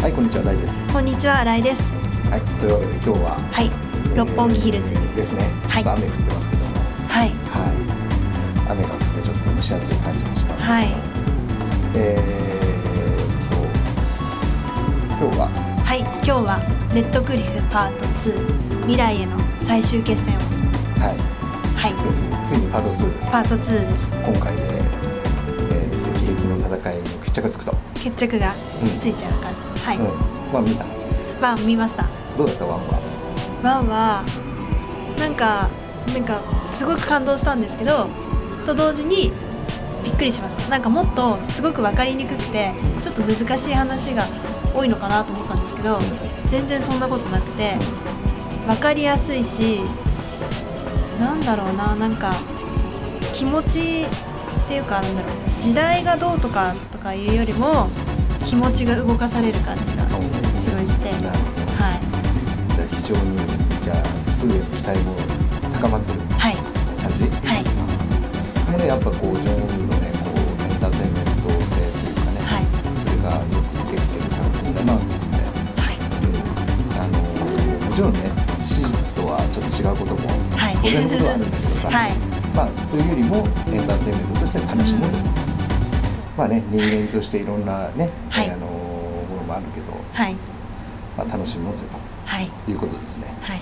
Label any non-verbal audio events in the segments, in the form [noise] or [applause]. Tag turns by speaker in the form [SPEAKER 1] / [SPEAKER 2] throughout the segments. [SPEAKER 1] はい、こんにちは、大です。
[SPEAKER 2] こんにちは、新井です。
[SPEAKER 1] はい、そういうわけで、今日は。
[SPEAKER 2] はい、
[SPEAKER 1] えー
[SPEAKER 2] 六本木ヒルズに。
[SPEAKER 1] ですね。
[SPEAKER 2] は
[SPEAKER 1] ちょ
[SPEAKER 2] い
[SPEAKER 1] っと雨降ってますけども。
[SPEAKER 2] は
[SPEAKER 1] は
[SPEAKER 2] い。
[SPEAKER 1] い。雨が降って、ちょっと蒸し暑い感じがしますけど。
[SPEAKER 2] はい。
[SPEAKER 1] えーっと。今日は。
[SPEAKER 2] はい、今日はレッドクリフパート2未来への最終決戦を。
[SPEAKER 1] はい。
[SPEAKER 2] はい。
[SPEAKER 1] ですね。ついにパート2。
[SPEAKER 2] パート2です。
[SPEAKER 1] 今回で。えー、石壁の戦いに決着つくと。
[SPEAKER 2] 決着が
[SPEAKER 1] うん
[SPEAKER 2] ついちゃう感じ。は
[SPEAKER 1] う
[SPEAKER 2] い。
[SPEAKER 1] ん。まあ、見た。
[SPEAKER 2] まあ見ました。
[SPEAKER 1] どうだった、ワンは。
[SPEAKER 2] ワンはなんかなんかすごく感動したんですけど、と同時に。びっくりしましたなんかもっとすごく分かりにくくてちょっと難しい話が多いのかなと思ったんですけど全然そんなことなくて分かりやすいしなんだろうななんか気持ちっていうかなんだろう時代がどうとかとかいうよりも気持ちが動かされる感じがすごいして
[SPEAKER 1] な
[SPEAKER 2] は
[SPEAKER 1] るほど。
[SPEAKER 2] い
[SPEAKER 1] じゃあ非常にじゃあ2への期待も高まってる
[SPEAKER 2] はい
[SPEAKER 1] 感じ、
[SPEAKER 2] はい
[SPEAKER 1] これねやっぱこうジョン・ウーのねこうエンターテインメント性というかね、
[SPEAKER 2] はい
[SPEAKER 1] それがよくできてる作品だなと思って、
[SPEAKER 2] は
[SPEAKER 1] うんあの
[SPEAKER 2] い
[SPEAKER 1] もちろんね史実とはちょっと違うことも
[SPEAKER 2] はい
[SPEAKER 1] 当然のことはあるんだけどさ、
[SPEAKER 2] はい
[SPEAKER 1] まあというよりもエンターテインメントとして楽しもうぜ、
[SPEAKER 2] うん
[SPEAKER 1] まあね人間としていろんなね、
[SPEAKER 2] はい
[SPEAKER 1] あのものもあるけど、
[SPEAKER 2] はい
[SPEAKER 1] まあ、楽しもうぜと
[SPEAKER 2] はい
[SPEAKER 1] いうことですね
[SPEAKER 2] はい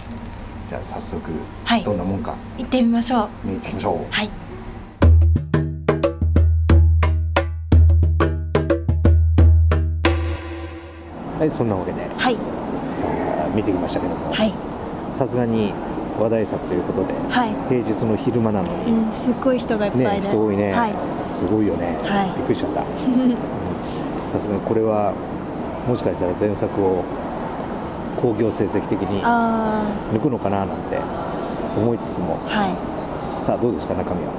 [SPEAKER 1] じゃあ早速
[SPEAKER 2] はい
[SPEAKER 1] どんなもんか
[SPEAKER 2] 行ってみましょう
[SPEAKER 1] 見に行ってきましょう、
[SPEAKER 2] はい
[SPEAKER 1] はい、そんなわけで
[SPEAKER 2] はい
[SPEAKER 1] さあ見てきましたけども
[SPEAKER 2] はい
[SPEAKER 1] さすがに話題作ということで、
[SPEAKER 2] は
[SPEAKER 1] 平日の昼間なの
[SPEAKER 2] い、う
[SPEAKER 1] に、
[SPEAKER 2] ん、すっごい人がいっぱいで、
[SPEAKER 1] ね人多いね、
[SPEAKER 2] はい
[SPEAKER 1] すごいよね、
[SPEAKER 2] はい
[SPEAKER 1] びっくりしちゃ
[SPEAKER 2] [laughs]
[SPEAKER 1] ったさすがにこれはもしかしたら前作を興行成績的に
[SPEAKER 2] あ
[SPEAKER 1] 抜くのかななんて思いつつも
[SPEAKER 2] あは
[SPEAKER 1] さあどうでした中身は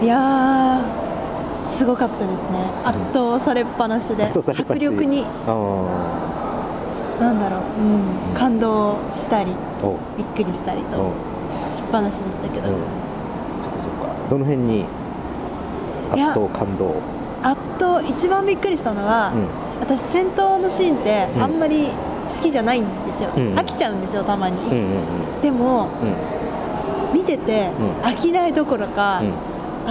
[SPEAKER 1] い
[SPEAKER 2] いやーすごかったですね圧倒されっぱなしで
[SPEAKER 1] 圧倒されっぱなし
[SPEAKER 2] 迫力に
[SPEAKER 1] あ
[SPEAKER 2] なんだろう、うん、感動したり
[SPEAKER 1] あおう
[SPEAKER 2] びっくりしたり
[SPEAKER 1] おう
[SPEAKER 2] としっぱなしでしたけど、
[SPEAKER 1] うんそっかそっかどの辺に
[SPEAKER 2] いや
[SPEAKER 1] 圧倒感動
[SPEAKER 2] あと一番びっくりしたのは、
[SPEAKER 1] うん
[SPEAKER 2] 私戦闘のシーンって
[SPEAKER 1] うん
[SPEAKER 2] あんまり好きじゃないんですよ、
[SPEAKER 1] うん
[SPEAKER 2] 飽きちゃうんですよたまに、
[SPEAKER 1] うんうん
[SPEAKER 2] でも
[SPEAKER 1] うん
[SPEAKER 2] 見てて、
[SPEAKER 1] ん
[SPEAKER 2] 飽きないどころか、
[SPEAKER 1] うん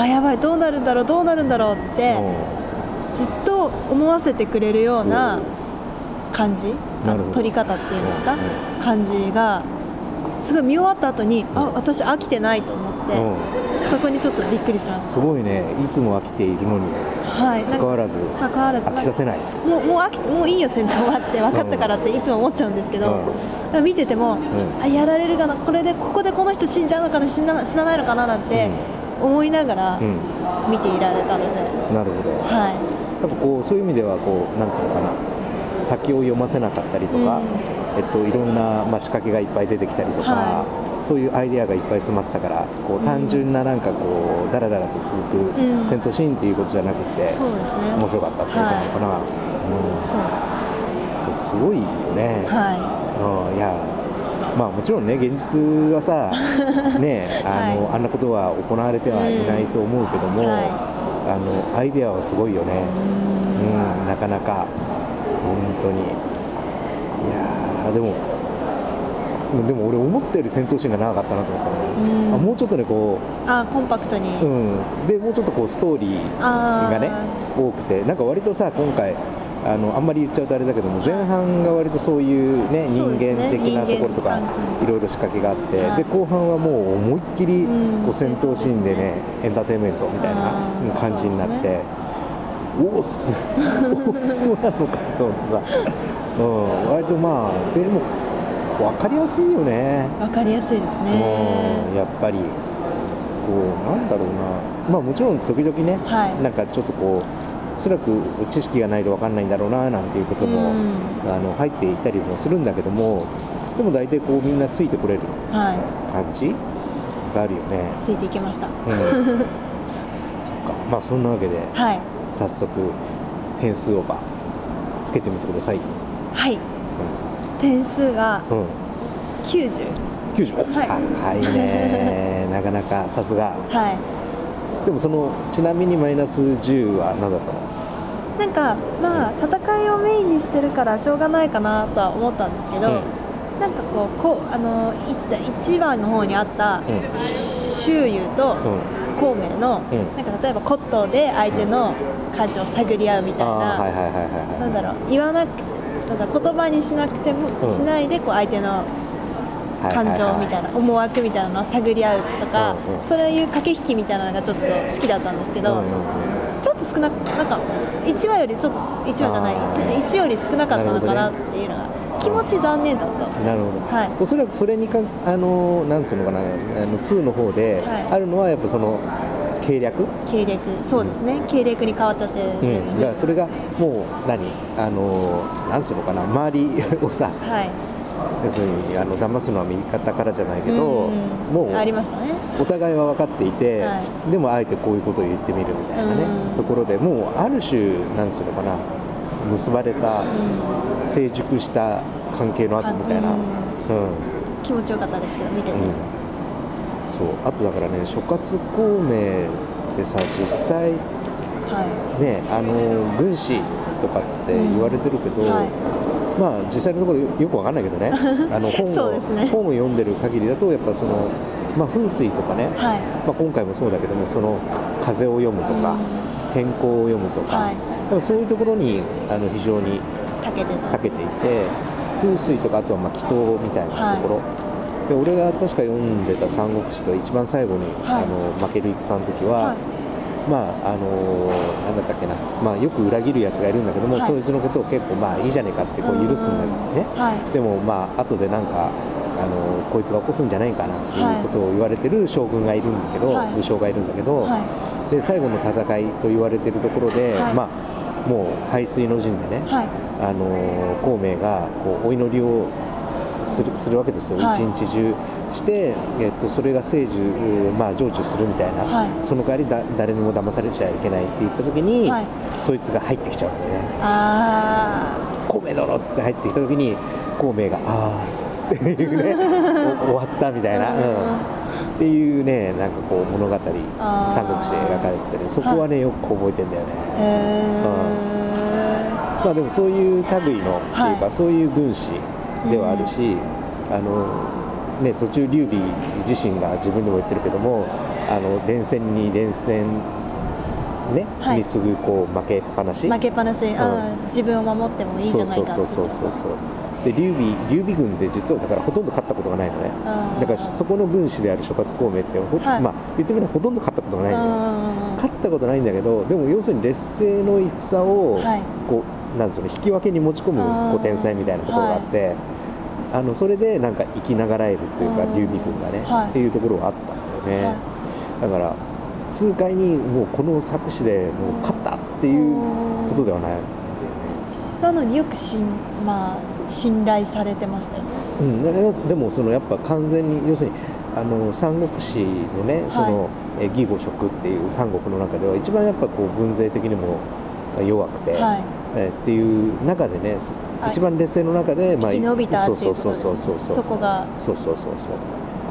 [SPEAKER 2] あやばいどうなるんだろうどうなるんだろうって
[SPEAKER 1] おう
[SPEAKER 2] ずっと思わせてくれるような感じ
[SPEAKER 1] なるほど
[SPEAKER 2] 撮り方っていうんですか
[SPEAKER 1] うん
[SPEAKER 2] 感じがすごい見終わった後にあ私飽きてないと思っ
[SPEAKER 1] うん
[SPEAKER 2] てそこにちょっとびっくりしまし
[SPEAKER 1] すごいね、いつも飽きているのに
[SPEAKER 2] たはいな
[SPEAKER 1] 関
[SPEAKER 2] んか
[SPEAKER 1] わらず
[SPEAKER 2] 関わらず
[SPEAKER 1] 飽きさせない。
[SPEAKER 2] もうもう飽きもういいよ戦闘はって分かったからっていつも思っちゃうんですけど、見てても、
[SPEAKER 1] ん
[SPEAKER 2] あやられるかなこれでここでこの人死んじゃうのかな死な死なないのかななんて思いながら
[SPEAKER 1] うん、
[SPEAKER 2] 見ていられたので、
[SPEAKER 1] うん、なるほど。や
[SPEAKER 2] は
[SPEAKER 1] っぱこうそういう意味ではこうなんつうのかな、先を読ませなかったりとか、
[SPEAKER 2] うん
[SPEAKER 1] えっといろんなまあ仕掛けがいっぱい出てきたりとか。
[SPEAKER 2] は
[SPEAKER 1] そういうアイデアがいっぱい詰まってたからこう単純ななんかこうダラダラと続く
[SPEAKER 2] うん
[SPEAKER 1] 戦闘シーンっていうことじゃなくて
[SPEAKER 2] いそうですね
[SPEAKER 1] 面白かったっていうことなのかな、
[SPEAKER 2] そ
[SPEAKER 1] う
[SPEAKER 2] う
[SPEAKER 1] ん、すごいよね、
[SPEAKER 2] は
[SPEAKER 1] うんいやまあもちろんね現実は
[SPEAKER 2] [laughs]
[SPEAKER 1] さねあの、あんなことは行われてはいないと思うけども、
[SPEAKER 2] うんはい
[SPEAKER 1] あのアイデアはすごいよね、うんなかなか本当にいやーでもでも俺思ったより戦闘シーンが長かったなと思ったの、
[SPEAKER 2] うん
[SPEAKER 1] あもうちょっとねこ
[SPEAKER 2] いあコンパクトに、
[SPEAKER 1] う、うん、でもうちょっとこうストーリー
[SPEAKER 2] あー
[SPEAKER 1] がね多くてなんか割とさ今回あのあんまり言っちゃうとあれだけども前半が割とそういうね人
[SPEAKER 2] そうです
[SPEAKER 1] 間
[SPEAKER 2] ね
[SPEAKER 1] 的なところとか
[SPEAKER 2] 人間関係
[SPEAKER 1] いろいろ仕掛けがあって
[SPEAKER 2] はい
[SPEAKER 1] で後半はもう思いっきり
[SPEAKER 2] うん
[SPEAKER 1] こう戦闘シーンでねエンターテインメントみたいな
[SPEAKER 2] あー
[SPEAKER 1] 感じになっ
[SPEAKER 2] そう
[SPEAKER 1] て
[SPEAKER 2] で
[SPEAKER 1] おおす [laughs] おーそうなのかと思ってさうん割とまあでも分かりやすいよね。
[SPEAKER 2] わかりやすいです
[SPEAKER 1] うん
[SPEAKER 2] ね
[SPEAKER 1] やっぱりこうなんだろうなまあもちろん時々ね、
[SPEAKER 2] はい
[SPEAKER 1] なんかちょっとこうおそらく知識がないと分かんないんだろうななんていうことも、
[SPEAKER 2] うん
[SPEAKER 1] あの入っていたりもするんだけどもでも大体こうみんなついてこれる
[SPEAKER 2] は
[SPEAKER 1] 感じがあるよね、
[SPEAKER 2] いついていきました
[SPEAKER 1] うん
[SPEAKER 2] [laughs]
[SPEAKER 1] そっかまあそんなわけで
[SPEAKER 2] はい
[SPEAKER 1] 早速点数オーバーつけてみてください、
[SPEAKER 2] はい点数は
[SPEAKER 1] うんうん、
[SPEAKER 2] 90
[SPEAKER 1] 90、お
[SPEAKER 2] はい [laughs]
[SPEAKER 1] 高いねなかなかさすが
[SPEAKER 2] はい
[SPEAKER 1] でもそのちなみにマイナス10は何だったの
[SPEAKER 2] なんかまあ戦いをメインにしてるからしょうがないかなとは思ったんですけど、なんかこうこうあの1番の方にあった
[SPEAKER 1] うん
[SPEAKER 2] 周遊と
[SPEAKER 1] うんうん
[SPEAKER 2] 孔明の、
[SPEAKER 1] うん
[SPEAKER 2] なんか例えばコットーで相手の価値を探り合うみたいな、
[SPEAKER 1] ああーはいはいはいはい
[SPEAKER 2] な
[SPEAKER 1] はい
[SPEAKER 2] んだろう言わなくなんだろう言葉にしなくても、
[SPEAKER 1] うん
[SPEAKER 2] しないでこう相手の
[SPEAKER 1] はい
[SPEAKER 2] 感情みたいな思惑みたいなのを探り合うとか、
[SPEAKER 1] うんうん
[SPEAKER 2] そういう駆け引きみたいなのがちょっと好きだったんですけど、
[SPEAKER 1] うんうんうん
[SPEAKER 2] ちょっと少なくなんか1話よりちょっと1話じゃない
[SPEAKER 1] あー
[SPEAKER 2] 1, より少なかったのかなっていうのが、気持ち残念だった。
[SPEAKER 1] なるほど、
[SPEAKER 2] はい
[SPEAKER 1] おそらくそれにかあのーなんつうのかなあの2の方で
[SPEAKER 2] はい
[SPEAKER 1] あるのはやっぱその計略、
[SPEAKER 2] 経略そうですね、経略に変わっちゃってる、
[SPEAKER 1] うん、だからそれがもう何あのーなんつうのかな周りをさ
[SPEAKER 2] はい
[SPEAKER 1] 要するにあの騙すのは味方からじゃないけど、
[SPEAKER 2] うん
[SPEAKER 1] も
[SPEAKER 2] あり
[SPEAKER 1] う
[SPEAKER 2] ましたね
[SPEAKER 1] お互いは分かっていて、
[SPEAKER 2] は
[SPEAKER 1] でもあえてこういうことを言ってみるみたいなね、
[SPEAKER 2] うん
[SPEAKER 1] ところでもうある種なんつうのかな結ばれた
[SPEAKER 2] うん
[SPEAKER 1] 成熟した関係の後みたいな、う
[SPEAKER 2] うん
[SPEAKER 1] ん、
[SPEAKER 2] 気持ちよかったですけど見てて、
[SPEAKER 1] うん、そうあとだからね諸葛孔明ってさ実際
[SPEAKER 2] は
[SPEAKER 1] ねあの軍師とかって言われてるけど、
[SPEAKER 2] うんはい
[SPEAKER 1] まあ実際のところよよくわかんないけど
[SPEAKER 2] [laughs]
[SPEAKER 1] ねあの本
[SPEAKER 2] そう
[SPEAKER 1] を、
[SPEAKER 2] ですね
[SPEAKER 1] 本を読んでる限りだとやっぱその、まあ、風水とかね、
[SPEAKER 2] いは
[SPEAKER 1] まあ、今回もそうだけどもその風を読むとか、天候を読むとか、
[SPEAKER 2] はい
[SPEAKER 1] だからそういうところにあの非常に
[SPEAKER 2] いかけて
[SPEAKER 1] 長
[SPEAKER 2] た
[SPEAKER 1] けていて風水とかあとはまあ祈祷みたいなところ、で俺が確か読んでた「三国志」と一番最後に、
[SPEAKER 2] はい
[SPEAKER 1] あの負ける戦の時は、
[SPEAKER 2] はい
[SPEAKER 1] まああのなんだったっけな、まあ、よく裏切るやつがいるんだけども、
[SPEAKER 2] はい
[SPEAKER 1] そいつのことを結構まあいいじゃねえかってこう許すんだけどね、
[SPEAKER 2] はい
[SPEAKER 1] でもまあ後でなんかあのこいつが起こすんじゃないかなっていうことを言われてる将軍がいるんだけど、
[SPEAKER 2] はい
[SPEAKER 1] 武将がいるんだけど、
[SPEAKER 2] は
[SPEAKER 1] で最後の戦いと言われてるところで、
[SPEAKER 2] はい
[SPEAKER 1] まあもう背水の陣でね、
[SPEAKER 2] いはい
[SPEAKER 1] あのー孔明がこうお祈りをするするわけですよ、
[SPEAKER 2] はい
[SPEAKER 1] 一日中して、えっと、それが成就、えーまあ、成就するみたいな、
[SPEAKER 2] はい
[SPEAKER 1] その代わりだ誰にも騙されちゃいけないって言った時に、
[SPEAKER 2] はい
[SPEAKER 1] そいつが入ってきちゃうんだよね
[SPEAKER 2] あ
[SPEAKER 1] 孔明殿って入ってきた時に孔明が「ああ」っていう
[SPEAKER 2] [laughs]
[SPEAKER 1] ねお終わったみたいな。
[SPEAKER 2] うんうんうん
[SPEAKER 1] うんっていうね、なんかこう物語、三国
[SPEAKER 2] あー
[SPEAKER 1] 志で描かれてて、ね、そこはね、よく覚えてんだよね。
[SPEAKER 2] ーえー
[SPEAKER 1] まあでもそういう類のっていうか、
[SPEAKER 2] はい
[SPEAKER 1] そういう軍師ではあるし、あのね途中劉備自身が自分でも言ってるけどもあの連戦に連戦ね、
[SPEAKER 2] はい
[SPEAKER 1] に次ぐこう負けっぱなし
[SPEAKER 2] 負けっぱなし、
[SPEAKER 1] ん
[SPEAKER 2] あー自分を守ってもいいじ
[SPEAKER 1] そ
[SPEAKER 2] ゃ
[SPEAKER 1] う
[SPEAKER 2] ない
[SPEAKER 1] そ
[SPEAKER 2] か
[SPEAKER 1] うそうそうそうそうで劉備劉備軍で実はだからほとんど勝ったことがないのね
[SPEAKER 2] あー
[SPEAKER 1] だからそこの軍師である諸葛孔明ってほ、
[SPEAKER 2] はい
[SPEAKER 1] まあ言ってみればほとんど勝ったことがない
[SPEAKER 2] うん
[SPEAKER 1] のよ
[SPEAKER 2] うんうん
[SPEAKER 1] 勝ったことないんだけどでも要するに劣勢の戦を、
[SPEAKER 2] はい
[SPEAKER 1] こうなんつうの引き分けに持ち込む
[SPEAKER 2] あー
[SPEAKER 1] こう天才みたいなところがあって、あのそれでなんか生きながらえるっていうか
[SPEAKER 2] うん
[SPEAKER 1] 劉備軍がね、
[SPEAKER 2] はい
[SPEAKER 1] っていうところがあったんだよね、
[SPEAKER 2] はい
[SPEAKER 1] だから痛快にもうこの作詞でもう勝ったっていうことではないんだよね
[SPEAKER 2] なのによくしん、まあ、信頼されてましたよね
[SPEAKER 1] うんだから、でもそのやっぱ完全に要するにあの三国志のねその、え義五色っていう三国の中では一番やっぱこう軍勢的にも弱くて、
[SPEAKER 2] はい
[SPEAKER 1] えーっていう中でね、す
[SPEAKER 2] はい
[SPEAKER 1] 一番劣勢の中で、
[SPEAKER 2] 生き延びたって
[SPEAKER 1] そ
[SPEAKER 2] いうう
[SPEAKER 1] そう
[SPEAKER 2] こと
[SPEAKER 1] そう
[SPEAKER 2] です
[SPEAKER 1] そうそうそう
[SPEAKER 2] そこが
[SPEAKER 1] そうそうそうそう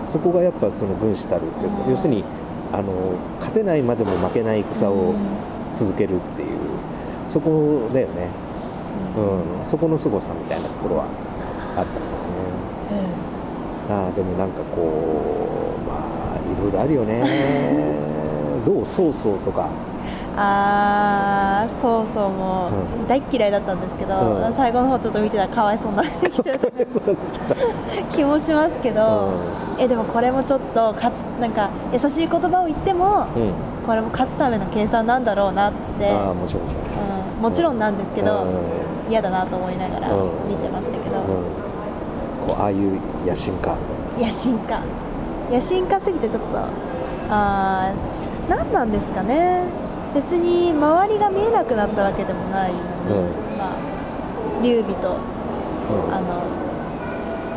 [SPEAKER 1] そこがやっぱその軍師たるっていうか
[SPEAKER 2] うん
[SPEAKER 1] 要するにあの勝てないまでも負けない戦を続けるっていうそこだよね、うん、そこの凄さみたいなところはあったんだよね
[SPEAKER 2] う
[SPEAKER 1] ああでもなんかこうまあいろいろあるよねどう曹操とか
[SPEAKER 2] んあーそうそうも
[SPEAKER 1] う
[SPEAKER 2] う大っ嫌いだったんですけど、
[SPEAKER 1] うん
[SPEAKER 2] 最後の方ちょっと見てたらかわいそうになってきちゃった
[SPEAKER 1] そうなっちゃっ
[SPEAKER 2] 気もしますけ
[SPEAKER 1] た
[SPEAKER 2] ど、えでもこれもちょっと勝つなんか優しい言葉を言っても
[SPEAKER 1] うん、うん、
[SPEAKER 2] これも勝つための計算なんだろうなって、
[SPEAKER 1] ああもちろんもちろん
[SPEAKER 2] うんもちろんなんですけ
[SPEAKER 1] う
[SPEAKER 2] ど
[SPEAKER 1] ん
[SPEAKER 2] 嫌だなと思いながら
[SPEAKER 1] うん
[SPEAKER 2] 見てましたけど、
[SPEAKER 1] うん、こうああいう野心家、
[SPEAKER 2] 野心家野心家すぎてちょっとあー何なんですかね別に周りが見えなくなったわけでもないのに、
[SPEAKER 1] う
[SPEAKER 2] まあ劉備と
[SPEAKER 1] うん
[SPEAKER 2] あの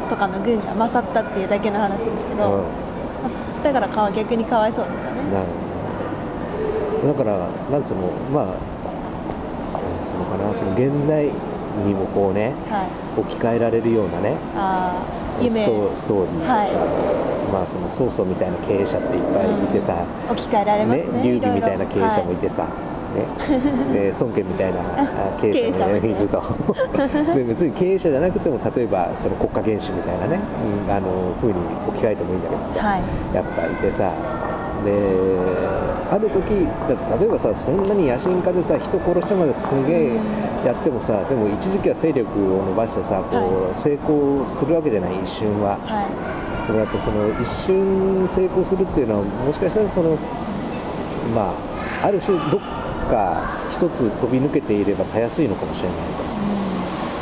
[SPEAKER 2] とかの軍が勝ったっていうだけの話ですけ
[SPEAKER 1] う
[SPEAKER 2] ど、だからかわ逆にかわいそうですよ
[SPEAKER 1] ん、
[SPEAKER 2] ね
[SPEAKER 1] なるほどねだからなんつうのまあなんつうのかなその現代にもこうね
[SPEAKER 2] はい
[SPEAKER 1] 置き換えられるようなね
[SPEAKER 2] あー
[SPEAKER 1] ス
[SPEAKER 2] 夢
[SPEAKER 1] トストーリーでさ、まあその曹操みたいな経営者っていっぱいいてさ、
[SPEAKER 2] 置き換えられますね
[SPEAKER 1] 劉
[SPEAKER 2] いろ
[SPEAKER 1] 備み
[SPEAKER 2] いろ
[SPEAKER 1] たいな経営者もいてさ、ね、で孫権みたいなあ [laughs] 経営者もいると [laughs] で別に経営者じゃなくても例えばその国家元首みたいなね、うん、あの風に置き換えてもいいんだけどさ、
[SPEAKER 2] はい
[SPEAKER 1] やっぱいてさである時だ例えばさそんなに野心家でさ人殺してまですんげえやってもさでも一時期は勢力を伸ばしてさこう成功するわけじゃない一瞬は。
[SPEAKER 2] はい
[SPEAKER 1] でもやっぱその一瞬成功するっていうのはもしかしたらそのまあある種どっか一つ飛び抜けていればたやすいのかもしれない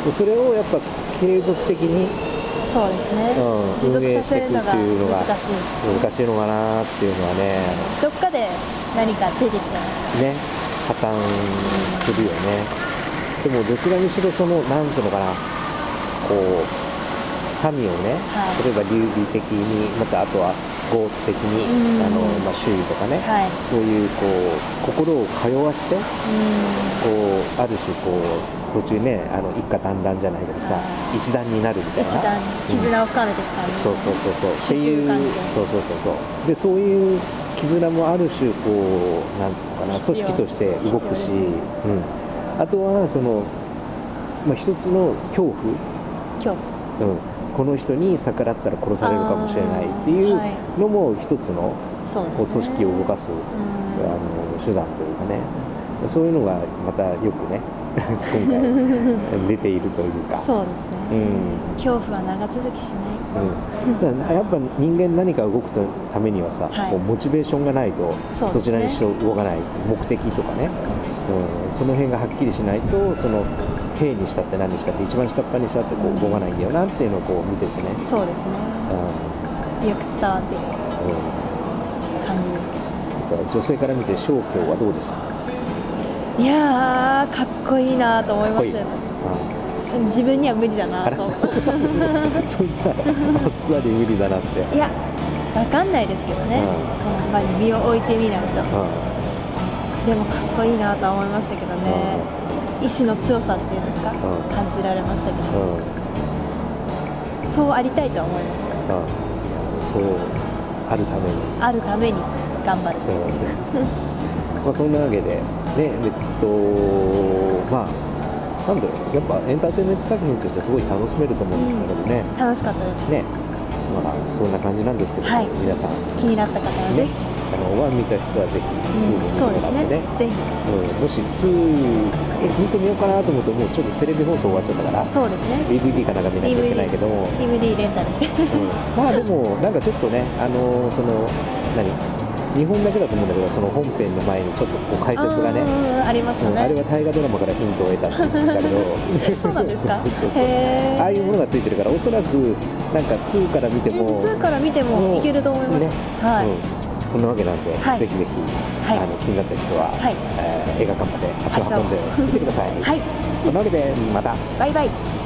[SPEAKER 1] とでそれをやっぱ継続的に、
[SPEAKER 2] うんそうですね、
[SPEAKER 1] うん
[SPEAKER 2] 持
[SPEAKER 1] 運
[SPEAKER 2] 続
[SPEAKER 1] 営
[SPEAKER 2] さ
[SPEAKER 1] して
[SPEAKER 2] せ
[SPEAKER 1] いく
[SPEAKER 2] る
[SPEAKER 1] って
[SPEAKER 2] のが
[SPEAKER 1] いうのが
[SPEAKER 2] 難しい
[SPEAKER 1] 難しいのかなっていうのはね
[SPEAKER 2] どっかで何か出てきちゃいます
[SPEAKER 1] ね破綻するよねでもどちらにしろそのなんつうのかなこう民をね、
[SPEAKER 2] はい
[SPEAKER 1] 例えば劉備的にまたあとは豪的に
[SPEAKER 2] うん
[SPEAKER 1] あの、まあ、周囲とかね、
[SPEAKER 2] はい
[SPEAKER 1] そういうこう心を通わしてこうある種こう途中ねあの一家団らんじゃないけどさ一団になるみたいな
[SPEAKER 2] 一段絆を深めていく感
[SPEAKER 1] うん
[SPEAKER 2] じ、
[SPEAKER 1] そうそうそうそうって
[SPEAKER 2] 主従
[SPEAKER 1] い
[SPEAKER 2] 関係
[SPEAKER 1] うそうそうそうそうでそういう絆もある種こうなんつうのかな
[SPEAKER 2] 必要
[SPEAKER 1] 組織として動くし、
[SPEAKER 2] 必要
[SPEAKER 1] う
[SPEAKER 2] で
[SPEAKER 1] ん、あとはその、まあ、一つの恐怖
[SPEAKER 2] 今日
[SPEAKER 1] うん、この人に逆らったら殺されるかもしれないっていう
[SPEAKER 2] あーはい
[SPEAKER 1] のも一つの
[SPEAKER 2] そうです、ね、
[SPEAKER 1] こう組織を動かす、
[SPEAKER 2] うん
[SPEAKER 1] あの手段というかねそういうのがまたよくね [laughs] 今回出ているというか。
[SPEAKER 2] そうです
[SPEAKER 1] う
[SPEAKER 2] ね、
[SPEAKER 1] ん
[SPEAKER 2] 恐怖は長続きしない
[SPEAKER 1] うん、ただやっぱ人間何か動くためにはさ、
[SPEAKER 2] はい
[SPEAKER 1] こうモチベーションがないと
[SPEAKER 2] そう
[SPEAKER 1] ど
[SPEAKER 2] で
[SPEAKER 1] ち
[SPEAKER 2] すね
[SPEAKER 1] らにしろ動かない目的とかね、うん、その辺がはっきりしないとその兵にしたって何にしたって一番下っ端にしたってこう動かないんだよなっていうのをこう見ててね、
[SPEAKER 2] そうです
[SPEAKER 1] う
[SPEAKER 2] ねよく伝わっている
[SPEAKER 1] んうん、
[SPEAKER 2] 感じです
[SPEAKER 1] あと
[SPEAKER 2] けど
[SPEAKER 1] は女性から見て正教はどうでしたか
[SPEAKER 2] いやーかっこいいなと思い
[SPEAKER 1] っ
[SPEAKER 2] ま
[SPEAKER 1] こ
[SPEAKER 2] し
[SPEAKER 1] いい、
[SPEAKER 2] たよね
[SPEAKER 1] う
[SPEAKER 2] 自分には無理だ [laughs] なと
[SPEAKER 1] ん、そんなあっさり無理だなって、
[SPEAKER 2] いやわかんないですけど
[SPEAKER 1] うん
[SPEAKER 2] ね、その場に身を置いてみないと
[SPEAKER 1] う
[SPEAKER 2] でもかっこいいなとは思いましたけどね、意志の強さっていうんですか、
[SPEAKER 1] ん
[SPEAKER 2] 感じられましたけ
[SPEAKER 1] ん
[SPEAKER 2] ど、
[SPEAKER 1] うんうん
[SPEAKER 2] そうありたいとは思いますか
[SPEAKER 1] うん、そうあるために
[SPEAKER 2] あるために頑張る
[SPEAKER 1] と思うんでまあそんなわけでねえっとまあなんだろうやっぱエンターテインメント作品としてすごい楽しめると思うんだけどね、
[SPEAKER 2] 楽しかったです
[SPEAKER 1] ねまあそんな感じなんですけど、
[SPEAKER 2] はい
[SPEAKER 1] 皆さん
[SPEAKER 2] 気になった方はぜ
[SPEAKER 1] ね
[SPEAKER 2] ひ、
[SPEAKER 1] あのワン見た人はぜひツー
[SPEAKER 2] う
[SPEAKER 1] も
[SPEAKER 2] ん
[SPEAKER 1] 見て
[SPEAKER 2] そう
[SPEAKER 1] も
[SPEAKER 2] で
[SPEAKER 1] ら
[SPEAKER 2] す
[SPEAKER 1] ってね
[SPEAKER 2] ねぜひ
[SPEAKER 1] うん、もし2え見てみようかなと思うともうちょっとテレビ放送終わっちゃったから
[SPEAKER 2] そうですね
[SPEAKER 1] DVD かなんか見なきゃいけないけども、
[SPEAKER 2] DVD レンタルして
[SPEAKER 1] [laughs] うんまあでもなんかちょっとねあのーその何日本だけだと思うんだけどその本編の前にちょっとこう解説がね
[SPEAKER 2] あーありまし
[SPEAKER 1] う
[SPEAKER 2] た
[SPEAKER 1] ん
[SPEAKER 2] ね、
[SPEAKER 1] あれは大河ドラマからヒントを得たって言うんだけど
[SPEAKER 2] [laughs] そうなんです
[SPEAKER 1] [laughs]
[SPEAKER 2] か
[SPEAKER 1] そうそうそう
[SPEAKER 2] へー
[SPEAKER 1] ああいうものがついてるからおそらくなんか2から見ても
[SPEAKER 2] 2から見てもいけると思います、
[SPEAKER 1] ね
[SPEAKER 2] はい、
[SPEAKER 1] うん、そんなわけなんで、
[SPEAKER 2] はい
[SPEAKER 1] ぜひぜひ、
[SPEAKER 2] はい
[SPEAKER 1] あの気になった人は、
[SPEAKER 2] はい
[SPEAKER 1] えー映画館まで足を運んでみてください。
[SPEAKER 2] [laughs] はい
[SPEAKER 1] そんなわけでまた
[SPEAKER 2] バイバ
[SPEAKER 1] バ
[SPEAKER 2] イ
[SPEAKER 1] イバイ